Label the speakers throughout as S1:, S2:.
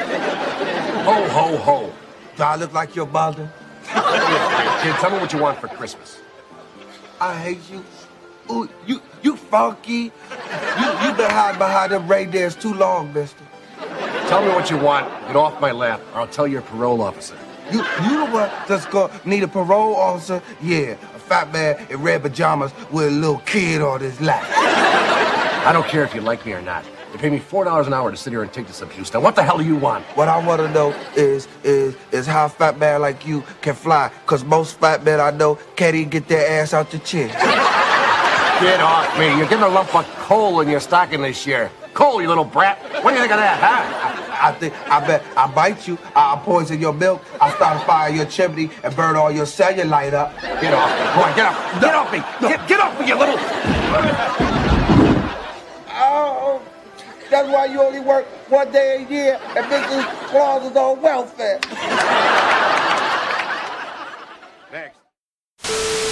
S1: Ho, ho, ho. Do I look like your Baldwin? Kid, tell me what you want for Christmas. I hate you. Ooh, you, you funky. You, you been hiding behind them reindeers too long, mister. Tell me what you want. Get off my lap, or I'll tell your parole officer.
S2: You, you the one that's gonna need a parole officer? Yeah, a fat man in red pajamas with a little kid on his lap.
S1: I don't care if you like me or not. You pay me four dollars an hour to sit here and take this abuse. Now, what the hell do you want?
S2: What I wanna know is, is, is how a fat man like you can fly. Cause most fat men I know can't even get their ass out the chin.
S1: Get off me! You're getting a lump of coal in your stocking this year. Coal, you little brat. What do you think of that, huh?
S2: I think, I bet, I bite you, I, I poison your milk, I start a fire in your chimney and burn all your cellulite up.
S1: Get off me! Come on, get off! Get off me! Get, get off me, you little!
S2: Oh, that's why you only work one day a year and Mrs. Claus is on welfare.
S1: Next.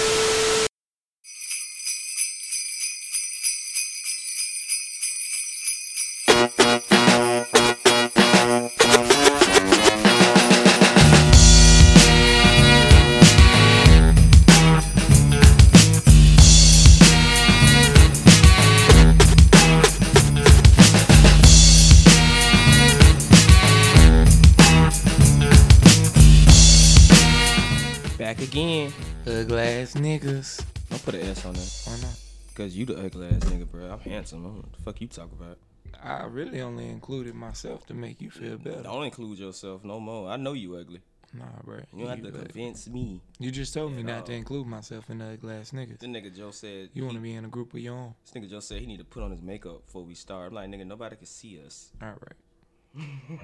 S3: Back again.
S4: Ugly ass niggas.
S3: I'll put an S on that. Why not? Cause you the ugly ass nigga, bro. I'm handsome. I don't know what the fuck you talk about.
S4: I really only included myself to make you feel better.
S3: Don't include yourself no more. I know you ugly.
S4: Nah, bro.
S3: You don't have to
S4: ugly.
S3: convince me.
S4: You just told me not to include myself in the ugly ass niggas.
S3: This nigga Joe said.
S4: You want to
S3: he-
S4: be in a group of your own.
S3: This nigga Joe said he need to put on his makeup before we start. I'm like, nigga, nobody can see us.
S4: All right.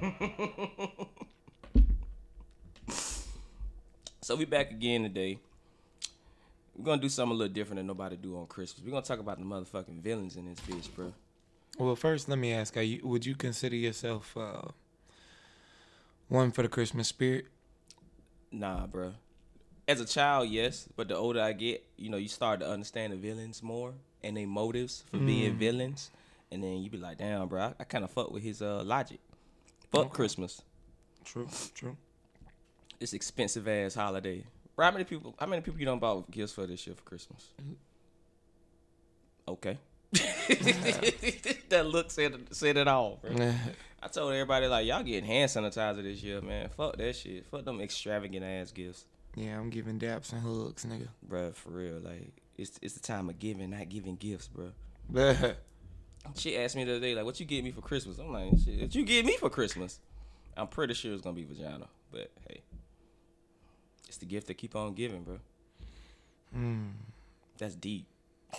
S3: So we back again today. We're gonna do something a little different than nobody do on Christmas. We're gonna talk about the motherfucking villains in this bitch, bro.
S4: Well, first, let me ask: are you, Would you consider yourself uh, one for the Christmas spirit?
S3: Nah, bro. As a child, yes, but the older I get, you know, you start to understand the villains more and their motives for being villains, and then you be like, damn, bro, I, I kind of fuck with his uh logic. Fuck Christmas,
S4: True. True.
S3: this expensive ass holiday. Bro, how many people? How many people you don't bought gifts for this year for Christmas? Okay. that look said said it all, bro. I told everybody like y'all getting hand sanitizer this year, man. Fuck that shit. Fuck them extravagant ass gifts,
S4: yeah, I'm giving daps and hugs, nigga.
S3: bro. For real, like it's it's the time of giving, not giving gifts, bro.
S4: But
S3: She asked me the other day like, "What you get me for Christmas?" I'm like, "Shit, what you get me for Christmas?" I'm pretty sure it's gonna be vagina, but hey, it's the gift that keep on giving, bro.
S4: Hmm.
S3: That's deep. I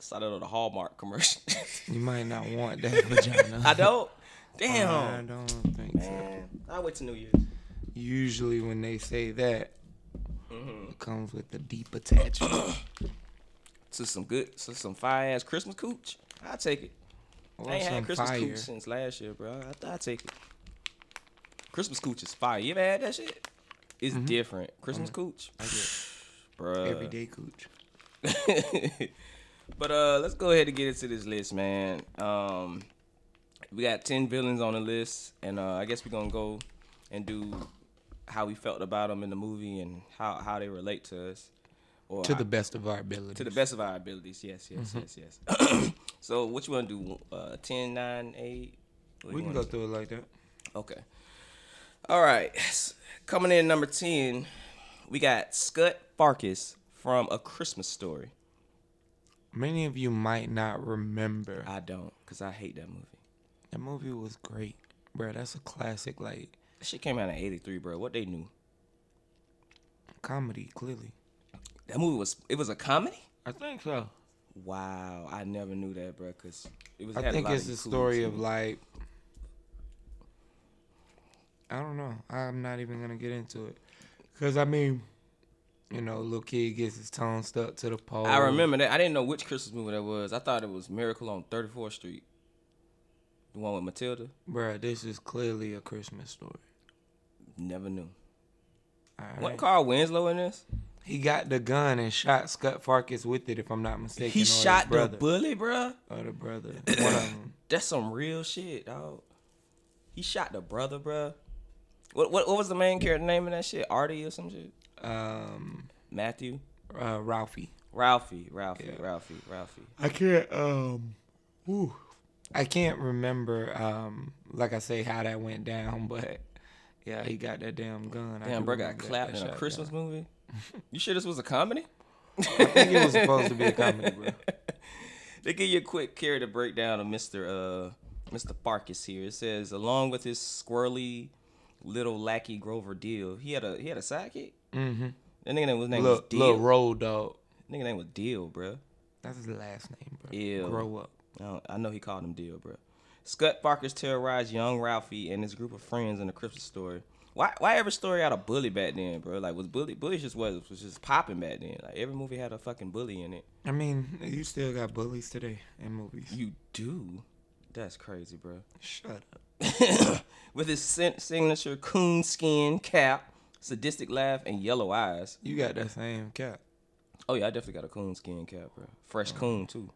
S3: saw that on the Hallmark commercial.
S4: you might not want that vagina.
S3: I don't.
S4: I
S3: Damn.
S4: don't think so.
S3: I wait till New Year's.
S4: Usually, when they say that,
S3: Mm-hmm.
S4: it comes with a deep attachment.
S3: To some good, to some fire ass Christmas cooch. I take it.
S4: Or
S3: I ain't
S4: some
S3: had Christmas
S4: fire.
S3: cooch since last year, bro. I, I take it. Christmas cooch is fire. You ever had that shit? It's
S4: Mm-hmm.
S3: different. Christmas cooch, bro.
S4: Everyday cooch.
S3: but uh, let's go ahead and get into this list, man. Um, we got ten villains on the list, and uh, I guess we're gonna go and do how we felt about them in the movie and how how they relate to us, or
S4: To the best of our ability.
S3: to the best of our abilities. Yes, yes,
S4: Mm-hmm.
S3: yes, yes. so what you want to do? Uh, 10, 9, 8? What
S4: We
S3: you wanna
S4: can go
S3: do?
S4: through it like that.
S3: Okay. All right. S- Coming in number 10, we got Scut Farkas from A Christmas Story.
S4: Many of you might not remember.
S3: I don't, because I hate that movie.
S4: That movie was great, bro. That's a classic, like
S3: That shit came out in 83, bro. What they knew?
S4: comedy. Clearly,
S3: That movie was, it was a comedy?
S4: I think so.
S3: Wow. I never knew that, bro, because it was, it
S4: I
S3: had a
S4: think
S3: lot
S4: it's
S3: of
S4: the
S3: cool
S4: story
S3: scenes.
S4: of like. I don't know. I'm not even gonna get into it, cause I mean, you know, little kid gets his tongue stuck to the pole.
S3: I remember that. I didn't know which Christmas movie that was. I thought it was Miracle on 34th Street. The one with Matilda.
S4: bro. This is clearly a Christmas story.
S3: Never knew.
S4: All
S3: What
S4: right?
S3: Carl Winslow in this?
S4: He got the gun and shot Scott Farkas with it, if I'm not mistaken. or
S3: He
S4: his
S3: shot the
S4: brother,
S3: bully, bruh.
S4: or the brother. One of them.
S3: That's some real shit, dog. He shot the brother, bruh. What what what was the main character name of that shit? Artie or some shit?
S4: Um,
S3: Matthew?
S4: uh, Ralphie.
S3: Ralphie, Ralphie,
S4: Yeah.
S3: Ralphie, Ralphie.
S4: I can't. Um, ooh, I can't remember. Um, like I say, how that went down, but yeah, he got that damn gun. I
S3: Damn,
S4: do
S3: bro got
S4: remember that-
S3: clapped
S4: that
S3: in a
S4: shotgun.
S3: Christmas movie. You sure this was a comedy?
S4: I think it was supposed to be a comedy, bro.
S3: They give you a quick character breakdown of Mr. Uh, Mr. Farkas here. It says, along with his squirrely little lackey Grover Deal, he had a he had a sidekick. Mm-hmm. That nigga name was name was
S4: Look,
S3: Deal.
S4: look, road dog.
S3: nigga name was Deal, bruh.
S4: That's his last name, bro.
S3: Ew.
S4: Grow up.
S3: I, don't- I know he called him Deal, bruh. Scott Farkas terrorized young Ralphie and his group of friends in the Christmas story. Why why every story had a bully back then, bro? Like was bully bully just was was just popping back then. Like every movie had a fucking bully in it.
S4: I mean, you still got bullies today in movies.
S3: You do? That's crazy, bro.
S4: Shut up.
S3: With his sin- signature coonskin cap, sadistic laugh, and yellow eyes.
S4: You got that same cap.
S3: Oh yeah, I definitely got a coonskin cap, bro. Fresh coon too.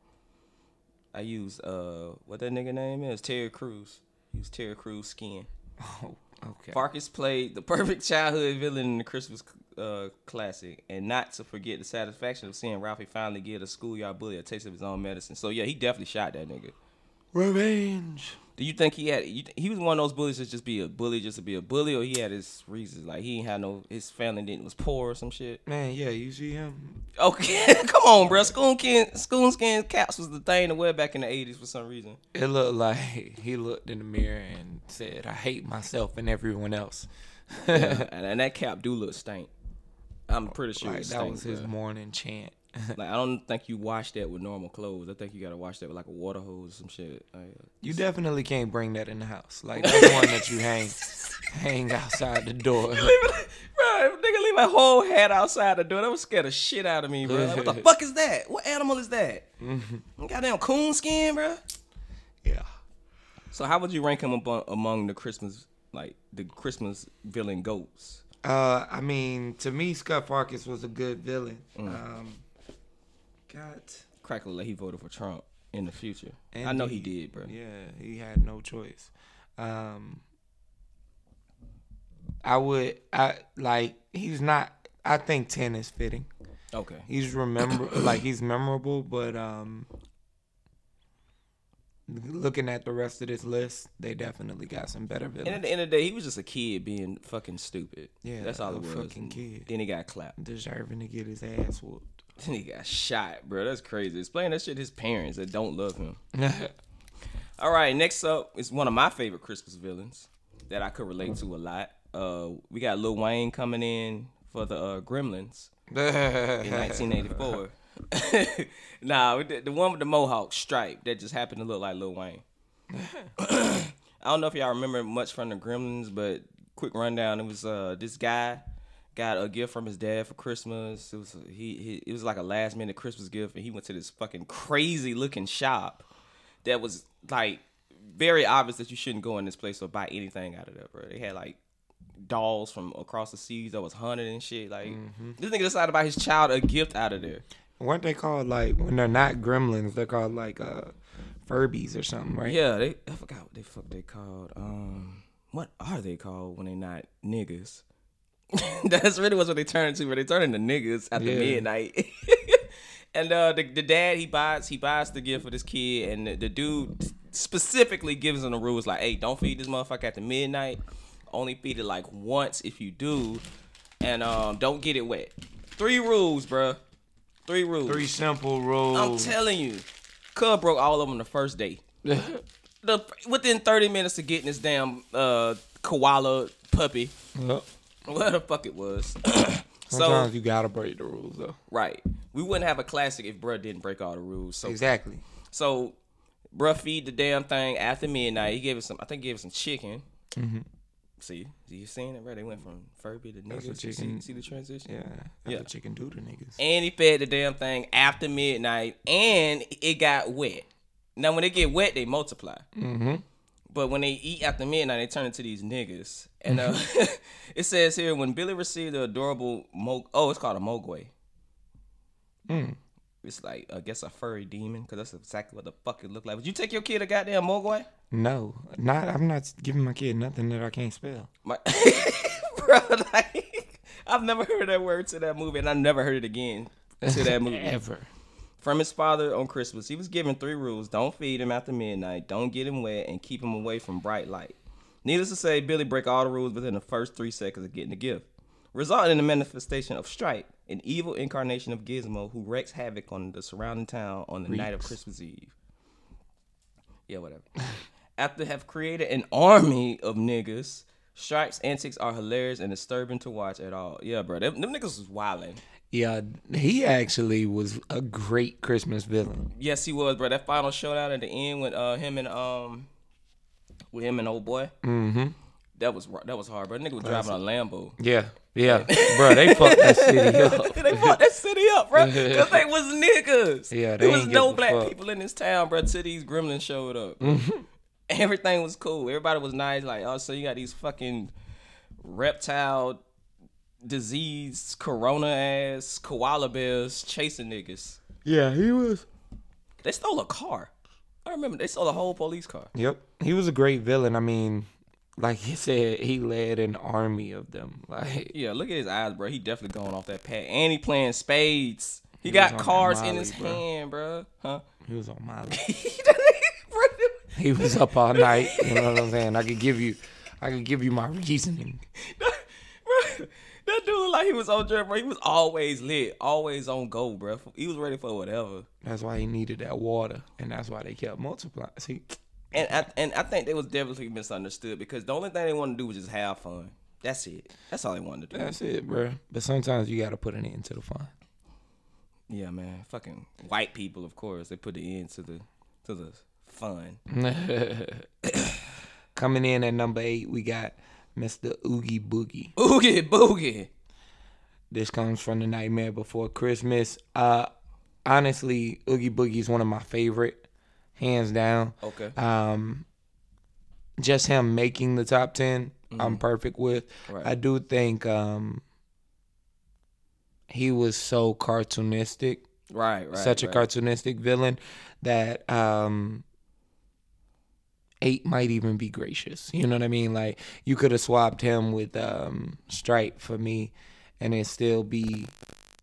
S3: I use uh what that nigga name is Terry Crews. Use Terry Crews skin.
S4: Oh, okay.
S3: Farkas played the perfect childhood villain in the Christmas uh, classic, and not to forget the satisfaction of seeing Ralphie finally give a schoolyard bully a taste of his own medicine. So yeah, he definitely shot that nigga.
S4: Revenge.
S3: Do you think he had? You, th- he was one of those bullies that just be a bully, just to be a bully, or he had his reasons. Like he ain't had no, his family didn't was poor or some shit.
S4: Man, yeah, you see him.
S3: Okay, come on, bro. Coonskin, coonskin caps was the thing to wear back in the '80s for some reason.
S4: It looked like he looked in the mirror and said, "I hate myself and everyone else."
S3: and, and that cap do look stank. I'm pretty sure
S4: like
S3: it
S4: that
S3: stank,
S4: was his
S3: bruh.
S4: morning chant.
S3: Like I don't think you wash that with normal clothes. I think you gotta wash that with like a water hose or some shit. Like,
S4: You definitely can't bring that in the house. Like that's one that you hang hang outside the door.
S3: Bro, nigga, leave my whole hat outside the door. That was scared the shit out of me, bro. Like, what the fuck is that? What animal is that? Goddamn coon skin, bro.
S4: Yeah.
S3: So how would you rank him among, among the Christmas like the Christmas villain goats?
S4: Uh, I mean, to me, Scott Farkas was a good villain. Um, got
S3: Crackle, like he voted for Trump in the future. I know he did, bro.
S4: Yeah, he had no choice. Um, I would, I like, he's not. I think ten is fitting.
S3: Okay.
S4: He's remember, like, he's memorable, but um, looking at the rest of this list, they definitely got some better
S3: And at
S4: villains.
S3: the end of the day, he was just a kid being fucking stupid.
S4: Yeah,
S3: that's all
S4: a
S3: it was.
S4: fucking kid.
S3: Then he got clapped.
S4: Deserving to get his ass whooped.
S3: Then he got shot, bro. That's crazy. Explain that shit to his parents that don't love him. All right, next up is one of my favorite Christmas villains that I could relate to a lot. Uh, we got Lil Wayne coming in for the uh, Gremlins in 1984. nah, we did- the one with the mohawk stripe that just happened to look like Lil Wayne. I don't know if y'all remember much from the Gremlins, but quick rundown. It was uh this guy got a gift from his dad for Christmas. It was he, he it was like a last minute Christmas gift, and he went to this fucking crazy looking shop that was like very obvious that you shouldn't go in this place or buy anything out of there, bro. They had like dolls from across the seas that was hunted and shit. Like this nigga decided to buy his child a gift out of there.
S4: Weren't they called like when they're not gremlins? They're called like uh, Furbies or something, right?
S3: Yeah, they I forgot what the fuck they called. Um, what are they called when they not niggas? That's really what's what they turn into. But they turn into niggas after
S4: Yeah.
S3: midnight. and uh, the, the dad he buys he buys the gift for this kid, and the, the dude specifically gives him the rules like, hey, don't feed this motherfucker after midnight. Only feed it like once if you do, and um, don't get it wet. Three rules, bruh. Three rules.
S4: Three simple rules.
S3: I'm telling you, Cub broke all of them the first day. the within 30 minutes of getting this damn uh, koala puppy,
S4: Yep.
S3: what the fuck it was. so
S4: Sometimes you gotta break the rules though.
S3: right, we wouldn't have a classic if bruh didn't break all the rules. So
S4: Exactly.
S3: so bruh feed the damn thing after midnight. He gave it some. I think he gave it some chicken.
S4: Mm-hmm.
S3: See, you seeing it, bro? They went from Furby to nigga.
S4: what
S3: See,
S4: chicken-
S3: see the transition?
S4: Yeah. That's
S3: Yeah.
S4: what you can do to niggas.
S3: and he fed the damn thing after midnight, and it got wet. Now, when they get wet, they multiply. Mm-hmm. But when they eat after midnight, they turn into these niggas. And uh, it says here when Billy received the adorable mo, oh, it's called a mogwai. It's like I guess a furry demon because that's exactly what the fuck it looked like. Would you take your kid a goddamn mogwai?
S4: No, not. I'm not giving my kid nothing that I can't spell.
S3: My bro, like I've never heard that word to that movie, and I never heard it again to that movie
S4: Ever.
S3: From his father on Christmas, he was given three rules: don't feed him after midnight, don't get him wet, and keep him away from bright light. Needless to say, Billy break all the rules within the first three seconds of getting the gift, resulting in the manifestation of Stripe, an evil incarnation of Gizmo who wreaks havoc on the surrounding town on the night of Christmas Eve. Yeah, whatever. After have created an army of niggas, Stripe's antics are hilarious and disturbing to watch at all. Yeah, bro, them, them niggas was wildin'.
S4: Yeah, he actually was a great Christmas villain.
S3: Yes, he was, bro. That final showdown at the end with uh him and um with him and old boy. Mm-hmm. That was that was hard, bro. That nigga was driving a Lambo.
S4: Yeah, yeah, bro, they fucked that city up.
S3: they fucked that city up, bro, because they was niggas.
S4: Yeah, they
S3: there was
S4: ain't
S3: no
S4: give a
S3: black
S4: fuck. Mm-hmm.
S3: people in this town, bro. Till these gremlins showed up, everything was cool. Everybody was nice. Like, oh, so you got these fucking reptile disease, corona ass koala bears chasing niggas.
S4: Yeah, he was.
S3: They stole a car. I remember they stole a whole police car.
S4: Yep, he was a great villain. I mean, like he said, he led an army of them. Like,
S3: Yeah, look at his eyes, bro. He definitely going off that pad, and he playing spades. He, got
S4: was on that
S3: cards in his
S4: Molly, bro.
S3: hand, bro. Huh?
S4: he was on my.
S3: Bro,
S4: He was up all night. You know what I'm saying? I could give you, I could give you my reasoning.
S3: bro, that dude looked like he was on drugs, bro. He was always lit, always on go, bro. He was ready for whatever.
S4: That's why he needed that water, and that's why they kept multiplying. See,
S3: And I and I think they was definitely misunderstood because the only thing they wanted to do was just have fun. That's it. That's all they wanted to do.
S4: that's it, bro. But sometimes you gotta put an end to the fun.
S3: yeah, man. Fucking white people, of course. They put the end to the to the fun.
S4: Coming in at number eight, we got Mr. Oogie Boogie.
S3: Oogie boogie.
S4: This comes from the Nightmare Before Christmas. Uh, honestly, Oogie Boogie is one of my favorite, hands down.
S3: Okay.
S4: Um, just him making the top 10 i I'm perfect with.
S3: Right.
S4: I do think um, he was so cartoonistic,
S3: right, right.
S4: such
S3: right.
S4: a cartoonistic villain that um, eight might even be gracious. You know what I mean? Like you could have swapped him with um, Stripe for me, and it still be.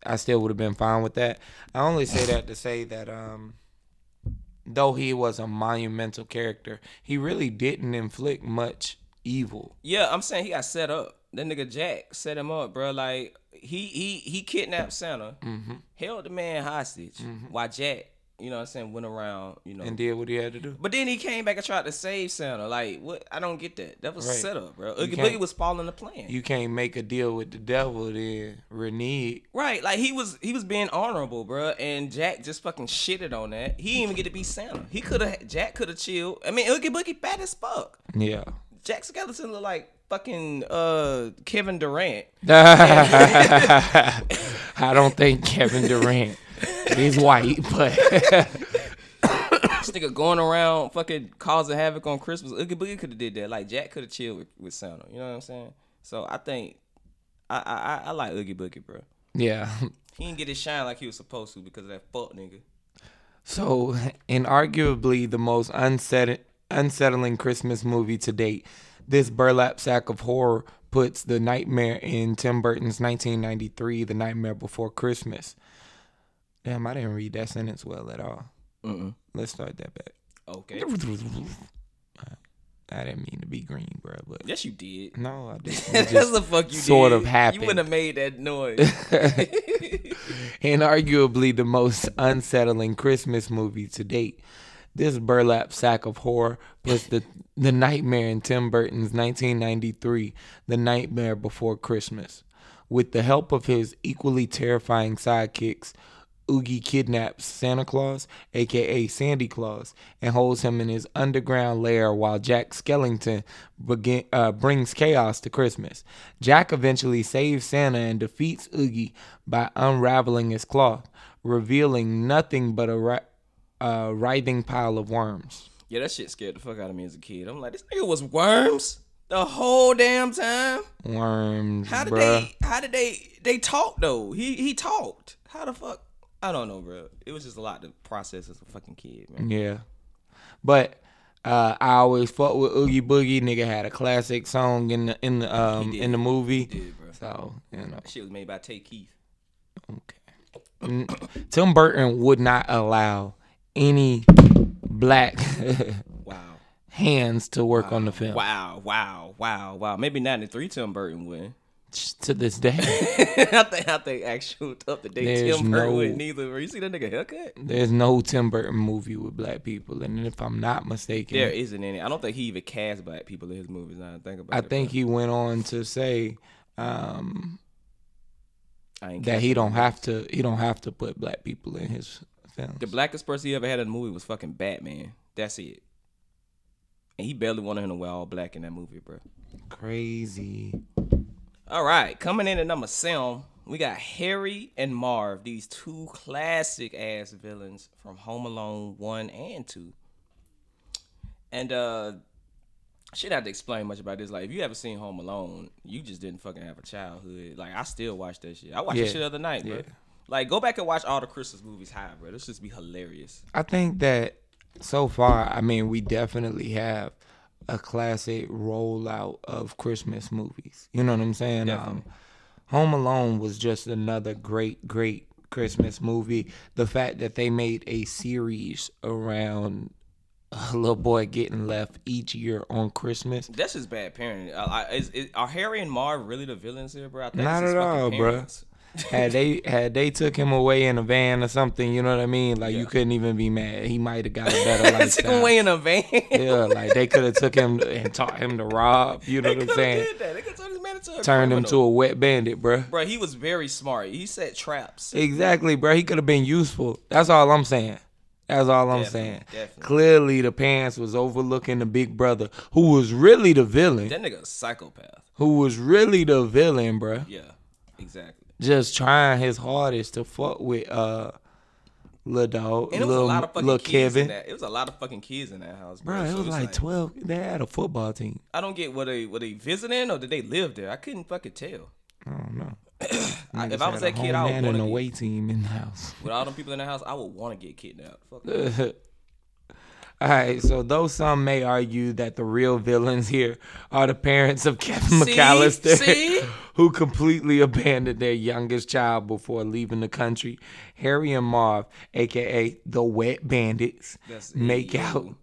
S4: I still would have been fine with that. I only say that to say that um, though he was a monumental character, he really didn't inflict much evil.
S3: Yeah, I'm saying he got set up. That nigga Jack set him up, bro. Like he he he kidnapped Santa,
S4: Mm-hmm.
S3: held the man hostage, while Jack, you know, what I'm saying, went around, you know.
S4: And did what he had to do.
S3: but then he came back and tried to save Santa. Like what? I don't get that. That was
S4: Right.
S3: set up, bro. Oogie
S4: can't-
S3: Boogie was following the plan.
S4: You can't make a deal with the devil, then renege.
S3: right? Like he was he was being honorable, bro. And Jack just fucking shitted on that. He didn't even get to be Santa. He could have Jack could have chilled. I mean, Oogie Boogie fat as fuck.
S4: Yeah.
S3: Jack Skeleton look like fucking uh Kevin Durant.
S4: I don't think Kevin Durant is white, but
S3: This nigga going around fucking causing havoc on Christmas. Oogie Boogie could have did that. Like Jack could have chilled with, with Santa. You know what I'm saying? So I think I I, I- I like Oogie Boogie, bro.
S4: yeah.
S3: He didn't get his shine like he was supposed to because of that fuck nigga.
S4: So, in arguably the most unset- unsettling Christmas movie to date, this burlap sack of horror puts the nightmare in Tim Burton's 1993 The Nightmare Before Christmas. Damn, I didn't read that sentence well at all.
S3: Mm-mm.
S4: Let's start that back.
S3: Okay.
S4: I didn't mean to be green, bro, but
S3: Yes, you did.
S4: no, I didn't. It
S3: That's
S4: just-
S3: the fuck you
S4: sort
S3: did.
S4: of happened.
S3: You wouldn't have made that noise.
S4: and arguably the most unsettling Christmas movie to date. This burlap sack of horror puts the the nightmare in Tim Burton's 1993, The Nightmare Before Christmas. With the help of his equally terrifying sidekicks, Oogie kidnaps Santa Claus, aka Sandy Claus, and holds him in his underground lair while Jack Skellington begin, uh, brings chaos to Christmas. Jack eventually saves Santa and defeats Oogie by unraveling his cloth, revealing nothing but a, ri- a writhing pile of worms.
S3: yeah, that shit scared the fuck out of me as a kid. I'm like, this nigga was worms the whole damn time.
S4: Worms,
S3: How did
S4: bruh.
S3: they? How did they? They talk though. He he talked. How the fuck? I don't know, bro. It was just a lot to process as a fucking kid, man.
S4: Yeah. But uh, I always fuck with Oogie Boogie. Nigga had a classic song in the in the um, in the movie.
S3: did, bro.
S4: So you know,
S3: That shit was made by Tay Keith.
S4: okay. Mm, Tim Burton would not allow any black
S3: Wow.
S4: hands to work on the film
S3: Wow, wow, wow, wow. Maybe 93 Tim Burton would.
S4: to this day.
S3: I think I think actual up to date
S4: There's
S3: Tim Burton
S4: no-
S3: would neither. bro. You see that nigga haircut?
S4: There's no Tim Burton movie with black people, and if I'm not mistaken,
S3: There isn't any. I don't think he even cast black people in his movies. Now I think about
S4: I
S3: it. bro.
S4: think he went on to say um,
S3: I ain't
S4: that
S3: catch
S4: he
S3: it.
S4: don't have to he don't have to put black people in his films.
S3: The blackest person he ever had in a movie was fucking Batman. That's it. And he barely wanted him to wear all black in that movie, bro.
S4: Crazy.
S3: All right, coming in at number seven, we got Harry and Marv, these two classic ass villains from Home Alone 1 and 2. And uh shit I have to explain much about this. Like if you ever seen Home Alone, you just didn't fucking have a childhood. Like I still watch that shit. I watched
S4: Yeah,
S3: that shit the other night, bro.
S4: yeah.
S3: Like go back and watch all the Christmas movies high, bro. This just be hilarious.
S4: I think that so far, I mean, we definitely have a classic rollout of Christmas movies. You know what I'm saying? Um, Home Alone was just another great, great Christmas movie. The fact that they made a series around a little boy getting left each year on Christmas.
S3: That's just bad parenting. I, I, is, is, are Harry and Marv really the villains here, bro? I think
S4: Not
S3: it's his
S4: at
S3: fucking
S4: all, bro.
S3: parents.
S4: had they had they took him away in a van or something, you know what I mean? Like you couldn't even be mad. He might have got a better lifestyle.
S3: Took him away in a van.
S4: Yeah, like they could have took him and taught him to rob. You know what I'm
S3: Coulda
S4: saying?
S3: did that. They coulda turned this man into a
S4: Turned him to
S3: criminal.
S4: a wet bandit, bruh.
S3: Bro, he was very smart. He set traps.
S4: Exactly, bruh. He could have been useful. That's all I'm saying. That's all I'm
S3: Definitely,
S4: saying.
S3: definitely.
S4: Clearly, the parents was overlooking the big brother, who was really the villain.
S3: That nigga a psychopath.
S4: Who was really the villain, bruh.
S3: Yeah, exactly.
S4: Just trying his hardest to fuck with uh, little dog,
S3: And it was
S4: little,
S3: a lot of fucking
S4: little
S3: kids
S4: Kevin.
S3: in that. It was a lot of fucking kids in that house, bro.
S4: Bruh, it
S3: So
S4: was
S3: it's
S4: like 12. They had a football team.
S3: I don't get what they were they visiting or did they live there? I couldn't fucking tell.
S4: I don't know.
S3: I- if
S4: Niggas
S3: I was
S4: had
S3: that
S4: a
S3: kid,
S4: home
S3: I would
S4: man and
S3: want
S4: a
S3: to.
S4: away team in the house.
S3: With all them people in the house, I would want to get kidnapped. Fuck.
S4: All right, so though some may argue that the real villains here are the parents of Kevin
S3: See?
S4: McAllister,
S3: See?
S4: who completely abandoned their youngest child before leaving the country, Harry and Marv, aka the Wet Bandits,
S3: That's
S4: make
S3: ew.
S4: out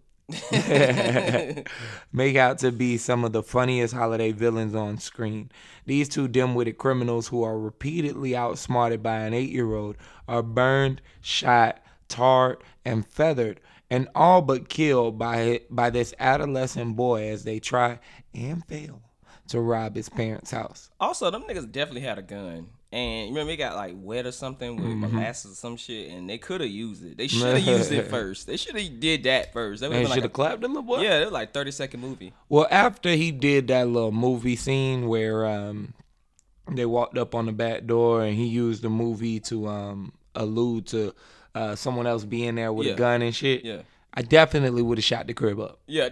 S4: make out to be some of the funniest holiday villains on screen. These two dim-witted criminals who are repeatedly outsmarted by an 8-year-old are burned, shot, tarred, and feathered and all but killed by by this adolescent boy as they try and fail to rob his parents' house.
S3: Also, them niggas definitely had a gun. And you remember, it got like wet or something with
S4: Mm-hmm.
S3: molasses or some shit, and they could have used it. They should have used it first. They should have did that first. That
S4: They
S3: was
S4: should
S3: like
S4: have
S3: a,
S4: clapped him, boy.
S3: yeah, it was like thirty second movie.
S4: Well, after he did that little movie scene where um they walked up on the back door and he used the movie to um allude to uh someone else being there with
S3: Yeah.
S4: a gun and shit.
S3: Yeah.
S4: I definitely would have shot the crib up.
S3: Yeah,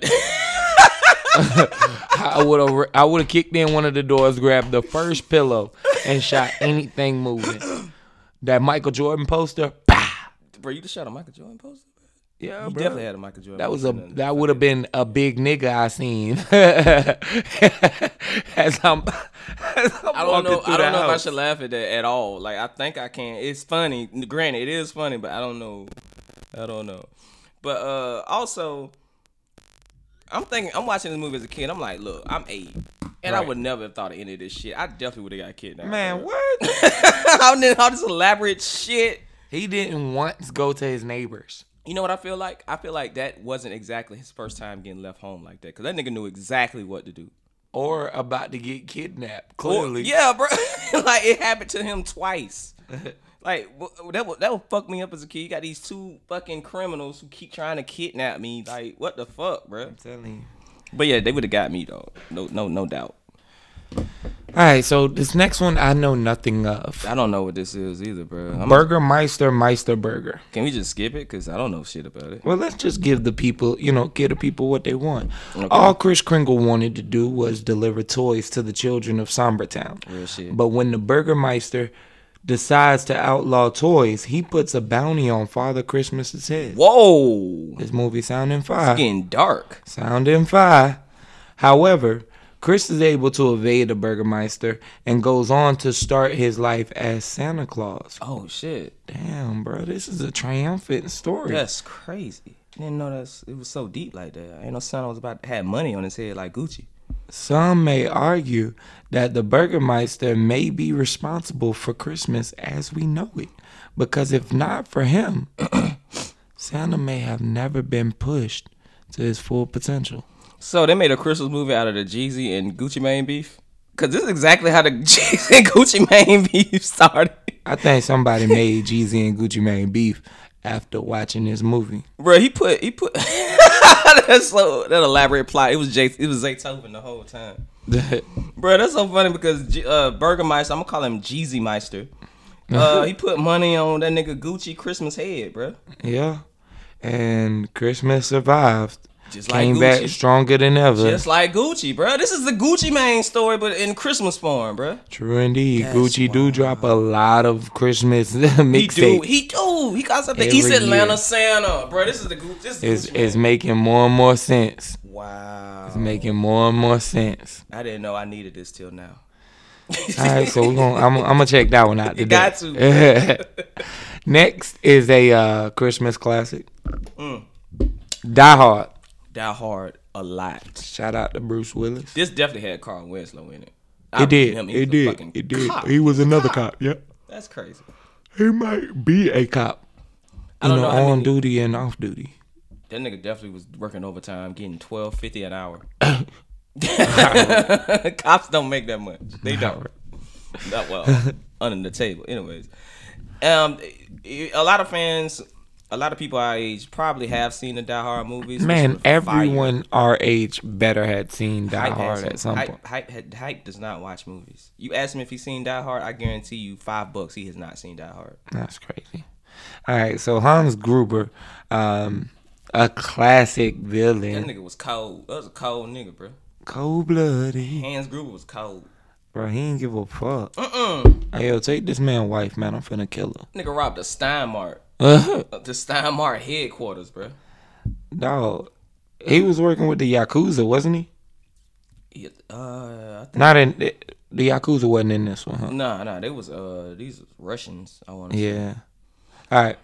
S4: I would have I would have kicked in one of the doors, grabbed the first pillow and shot anything moving. That Michael Jordan poster. Bah!
S3: bro, you just shot a Michael Jordan poster. bro.
S4: Yeah,
S3: You
S4: bro.
S3: definitely had a Michael Jordan.
S4: That was a
S3: poster in
S4: that would have been a big nigga I seen as I'm. As I'm
S3: I don't know. I don't know if I should laugh at that at all. Like I think I can. It's funny. Granted, it is funny, but I don't know. I don't know. But uh also, I'm thinking. I'm watching this movie as a kid. I'm like, look, I'm eight, and I
S4: Right.
S3: would never have thought of any of this shit. I definitely would have got kidnapped.
S4: Man,
S3: bro.
S4: what?
S3: all this- all this elaborate shit.
S4: he didn't once go to his neighbors.
S3: You know what I feel like? I feel like that wasn't exactly his first time getting left home like that because that nigga knew exactly what to do.
S4: Or about to get kidnapped.
S3: Or-
S4: Clearly,
S3: yeah, bro. like it happened to him twice. like wh- that would that would fuck me up as a kid. You got these two fucking criminals who keep trying to kidnap me. Like what the fuck, bro?
S4: Telling you.
S3: But yeah, they would have got me though. No, no, no doubt.
S4: All right, so this next one I know nothing of.
S3: I don't know what this is either, bro. I'm-
S4: Burger Meister Meister Burger.
S3: can we just skip it? Cause I don't know shit about it.
S4: Well, let's just give the people, you know, give the people what they want. All Chris Kringle wanted to do was deliver toys to the children of Sombertown.
S3: Real shit.
S4: But when the Burgermeister decides to outlaw toys, he puts a bounty on Father Christmas's head.
S3: Whoa,
S4: This movie sounding fire.
S3: getting dark.
S4: Sounding fine. However, Chris is able to evade the Burgermeister and goes on to start his life as Santa Claus.
S3: Oh shit,
S4: Damn, bro, this is a triumphant story.
S3: that's crazy. Didn't know that's it was so deep like that. I ain't no son I was about to have money on his head like Gucci.
S4: Some may argue that the Burgermeister may be responsible for Christmas as we know it, because if not for him, Santa may have never been pushed to his full potential.
S3: So they made a Christmas movie out of the Jeezy and Gucci Mane beef. Cause this is exactly how the Jeezy and Gucci Mane beef started.
S4: I think somebody made Jeezy and Gucci Mane beef after watching this movie.
S3: Bro, he put he put that's so that elaborate plot. It was Jay it was Zaytoven the whole time. Bro, that's so funny because G- uh, Burgermeister, I'm gonna call him Jeezy Meister. Uh, he put money on that nigga Gucci Christmas head, bro.
S4: yeah. And Christmas survived.
S3: Just like
S4: Came
S3: Gucci.
S4: back stronger than ever.
S3: Just like Gucci, bro. This is the Gucci Mane story, but in Christmas form, bro.
S4: True indeed. Gucci do drop a lot of Christmas
S3: He do,
S4: mixtapes.
S3: he do. He calls out the
S4: Every
S3: East Atlanta
S4: year.
S3: Santa, bro. This is the Gucci. This is
S4: It's,
S3: the Gucci
S4: it's
S3: Mane.
S4: making more and more sense.
S3: Wow.
S4: Making more and more sense.
S3: I didn't know I needed this till now.
S4: All right, so we're gonna I'm, I'm gonna check that one out. Today.
S3: got
S4: Next is a uh, Christmas classic.
S3: Mm.
S4: Die Hard.
S3: Die Hard a lot.
S4: Shout out to Bruce Willis.
S3: This definitely had Carl Winslow in it. I
S4: It did.
S3: remember he was
S4: It
S3: a
S4: did.
S3: fucking
S4: It did.
S3: cop.
S4: He was another cop. Yep.
S3: That's crazy.
S4: He might be a cop.
S3: I don't
S4: you know,
S3: know how
S4: on
S3: many-
S4: duty and off duty.
S3: That nigga definitely was working overtime, getting twelve fifty an hour. Cops don't make that much. They don't. Not well under the table. Anyways, um, a lot of fans, a lot of people our age probably have seen the Die Hard movies. which
S4: Man,
S3: were fire.
S4: everyone our age better had seen Die
S3: Hype had
S4: Hard
S3: seen-
S4: at some
S3: hype,
S4: point.
S3: Hype, had- Hype does not watch movies. You ask him if he's seen Die Hard, I guarantee you five bucks he has not seen Die Hard.
S4: That's crazy. All right, so Hans Gruber, um, a classic
S3: That
S4: villain,
S3: nigga was cold. That was a cold nigga, bro.
S4: cold blooded.
S3: Hans Gruber was cold.
S4: Bro, he didn't give a fuck. Hey, yo, take this man wife, man. I'm finna kill Uh-huh. her.
S3: Nigga robbed the Steinmart, uh, the Steinmart headquarters, bro.
S4: Dog, he was working with the yakuza, wasn't he?
S3: He- Uh, I think,
S4: Not in the yakuza wasn't in this one, huh?
S3: nah, nah, they was uh these was Russians. I want to.
S4: Yeah. All right.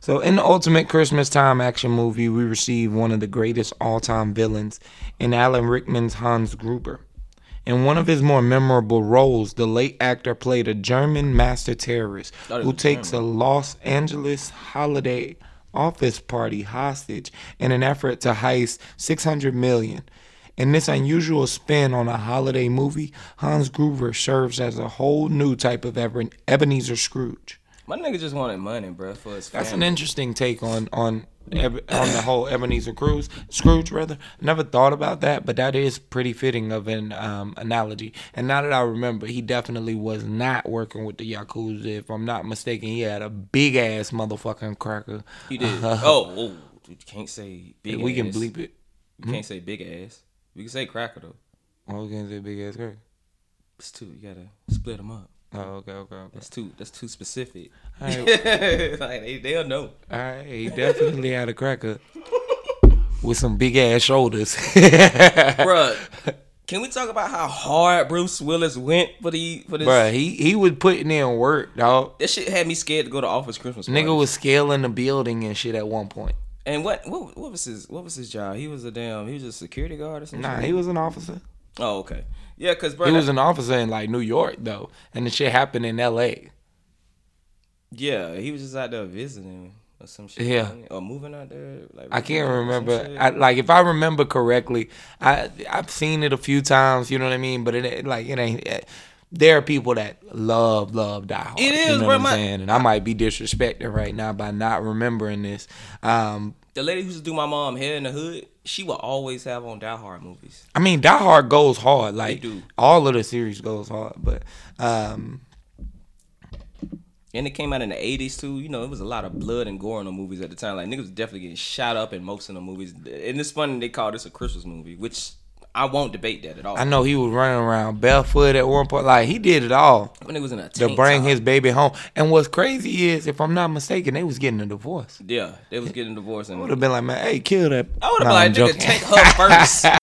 S4: So in the ultimate Christmas time action movie, we receive one of the greatest all-time villains in Alan Rickman's Hans Gruber. In one of his more memorable roles, the late actor played a German master terrorist
S3: Thought he
S4: who
S3: was
S4: takes a Los Angeles holiday office party hostage in an effort to heist 600 million. In this unusual spin on a holiday movie, Hans Gruber serves as a whole new type of Eben- Ebenezer Scrooge.
S3: My nigga just wanted money, bro, for his
S4: That's an
S3: family.
S4: interesting take on on Eb- on the whole Ebenezer Cruz Scrooge rather. Never thought about that, but that is pretty fitting of an um, analogy. And now that I remember, he definitely was not working with the yakuza. If I'm not mistaken, he had a big ass motherfucking cracker.
S3: He did. oh, oh, you can't say big.
S4: we can
S3: ass.
S4: bleep it.
S3: You can't say big ass. We can say cracker though.
S4: Oh, we can say big ass cracker.
S3: It's two. You gotta split them up.
S4: Oh, okay, okay, okay.
S3: That's too. That's too specific.
S4: All right.
S3: like they, they'll know.
S4: All right, he definitely had a cracker with some big ass shoulders.
S3: Bruh, can we talk about how hard Bruce Willis went for the for this?
S4: Bruh, he he was putting in work, dog.
S3: This shit had me scared to go to office Christmas.
S4: Nigga
S3: parties.
S4: was scaling the building and shit at one point.
S3: and what, what what was his what was his job? He was a damn. He was a security guard or something.
S4: Nah, he was an officer.
S3: Oh okay. Yeah, cause bro.
S4: He was an officer in like New York though, and the shit happened in L.A.
S3: yeah, he was just out there visiting or some shit.
S4: Yeah.
S3: Or moving out there. Like
S4: I can't
S3: some
S4: remember.
S3: shit.
S4: I, like if I remember correctly, I I've seen it a few times. You know what I mean? But it, ain't like it ain't. eh, there are people that love love Die Hard.
S3: It is,
S4: you know
S3: bro,
S4: what I'm
S3: my-
S4: saying? And I might be disrespected right now by not remembering this. Um,
S3: the lady who used to do my mom hair in the hood, she would always have on Die Hard movies.
S4: I mean, Die Hard goes hard. Like
S3: do.
S4: all of the series goes hard, but um,
S3: And it came out in the eighties too. You know, it was a lot of blood and gore in the movies at the time. Like niggas was definitely getting shot up in most of the movies. And it's funny they call this a Christmas movie, which I won't debate that at all.
S4: I know he was running around barefoot at one point. Like he did it all
S3: When it was in a
S4: to
S3: tank
S4: bring
S3: top.
S4: his baby home. And what's crazy is, if I'm not mistaken, they was getting a divorce.
S3: yeah, they was getting divorced and
S4: Would have been like, man, hey, kill that.
S3: I would have
S4: Nah,
S3: been
S4: I'm
S3: like, nigga,
S4: joking.
S3: take her first.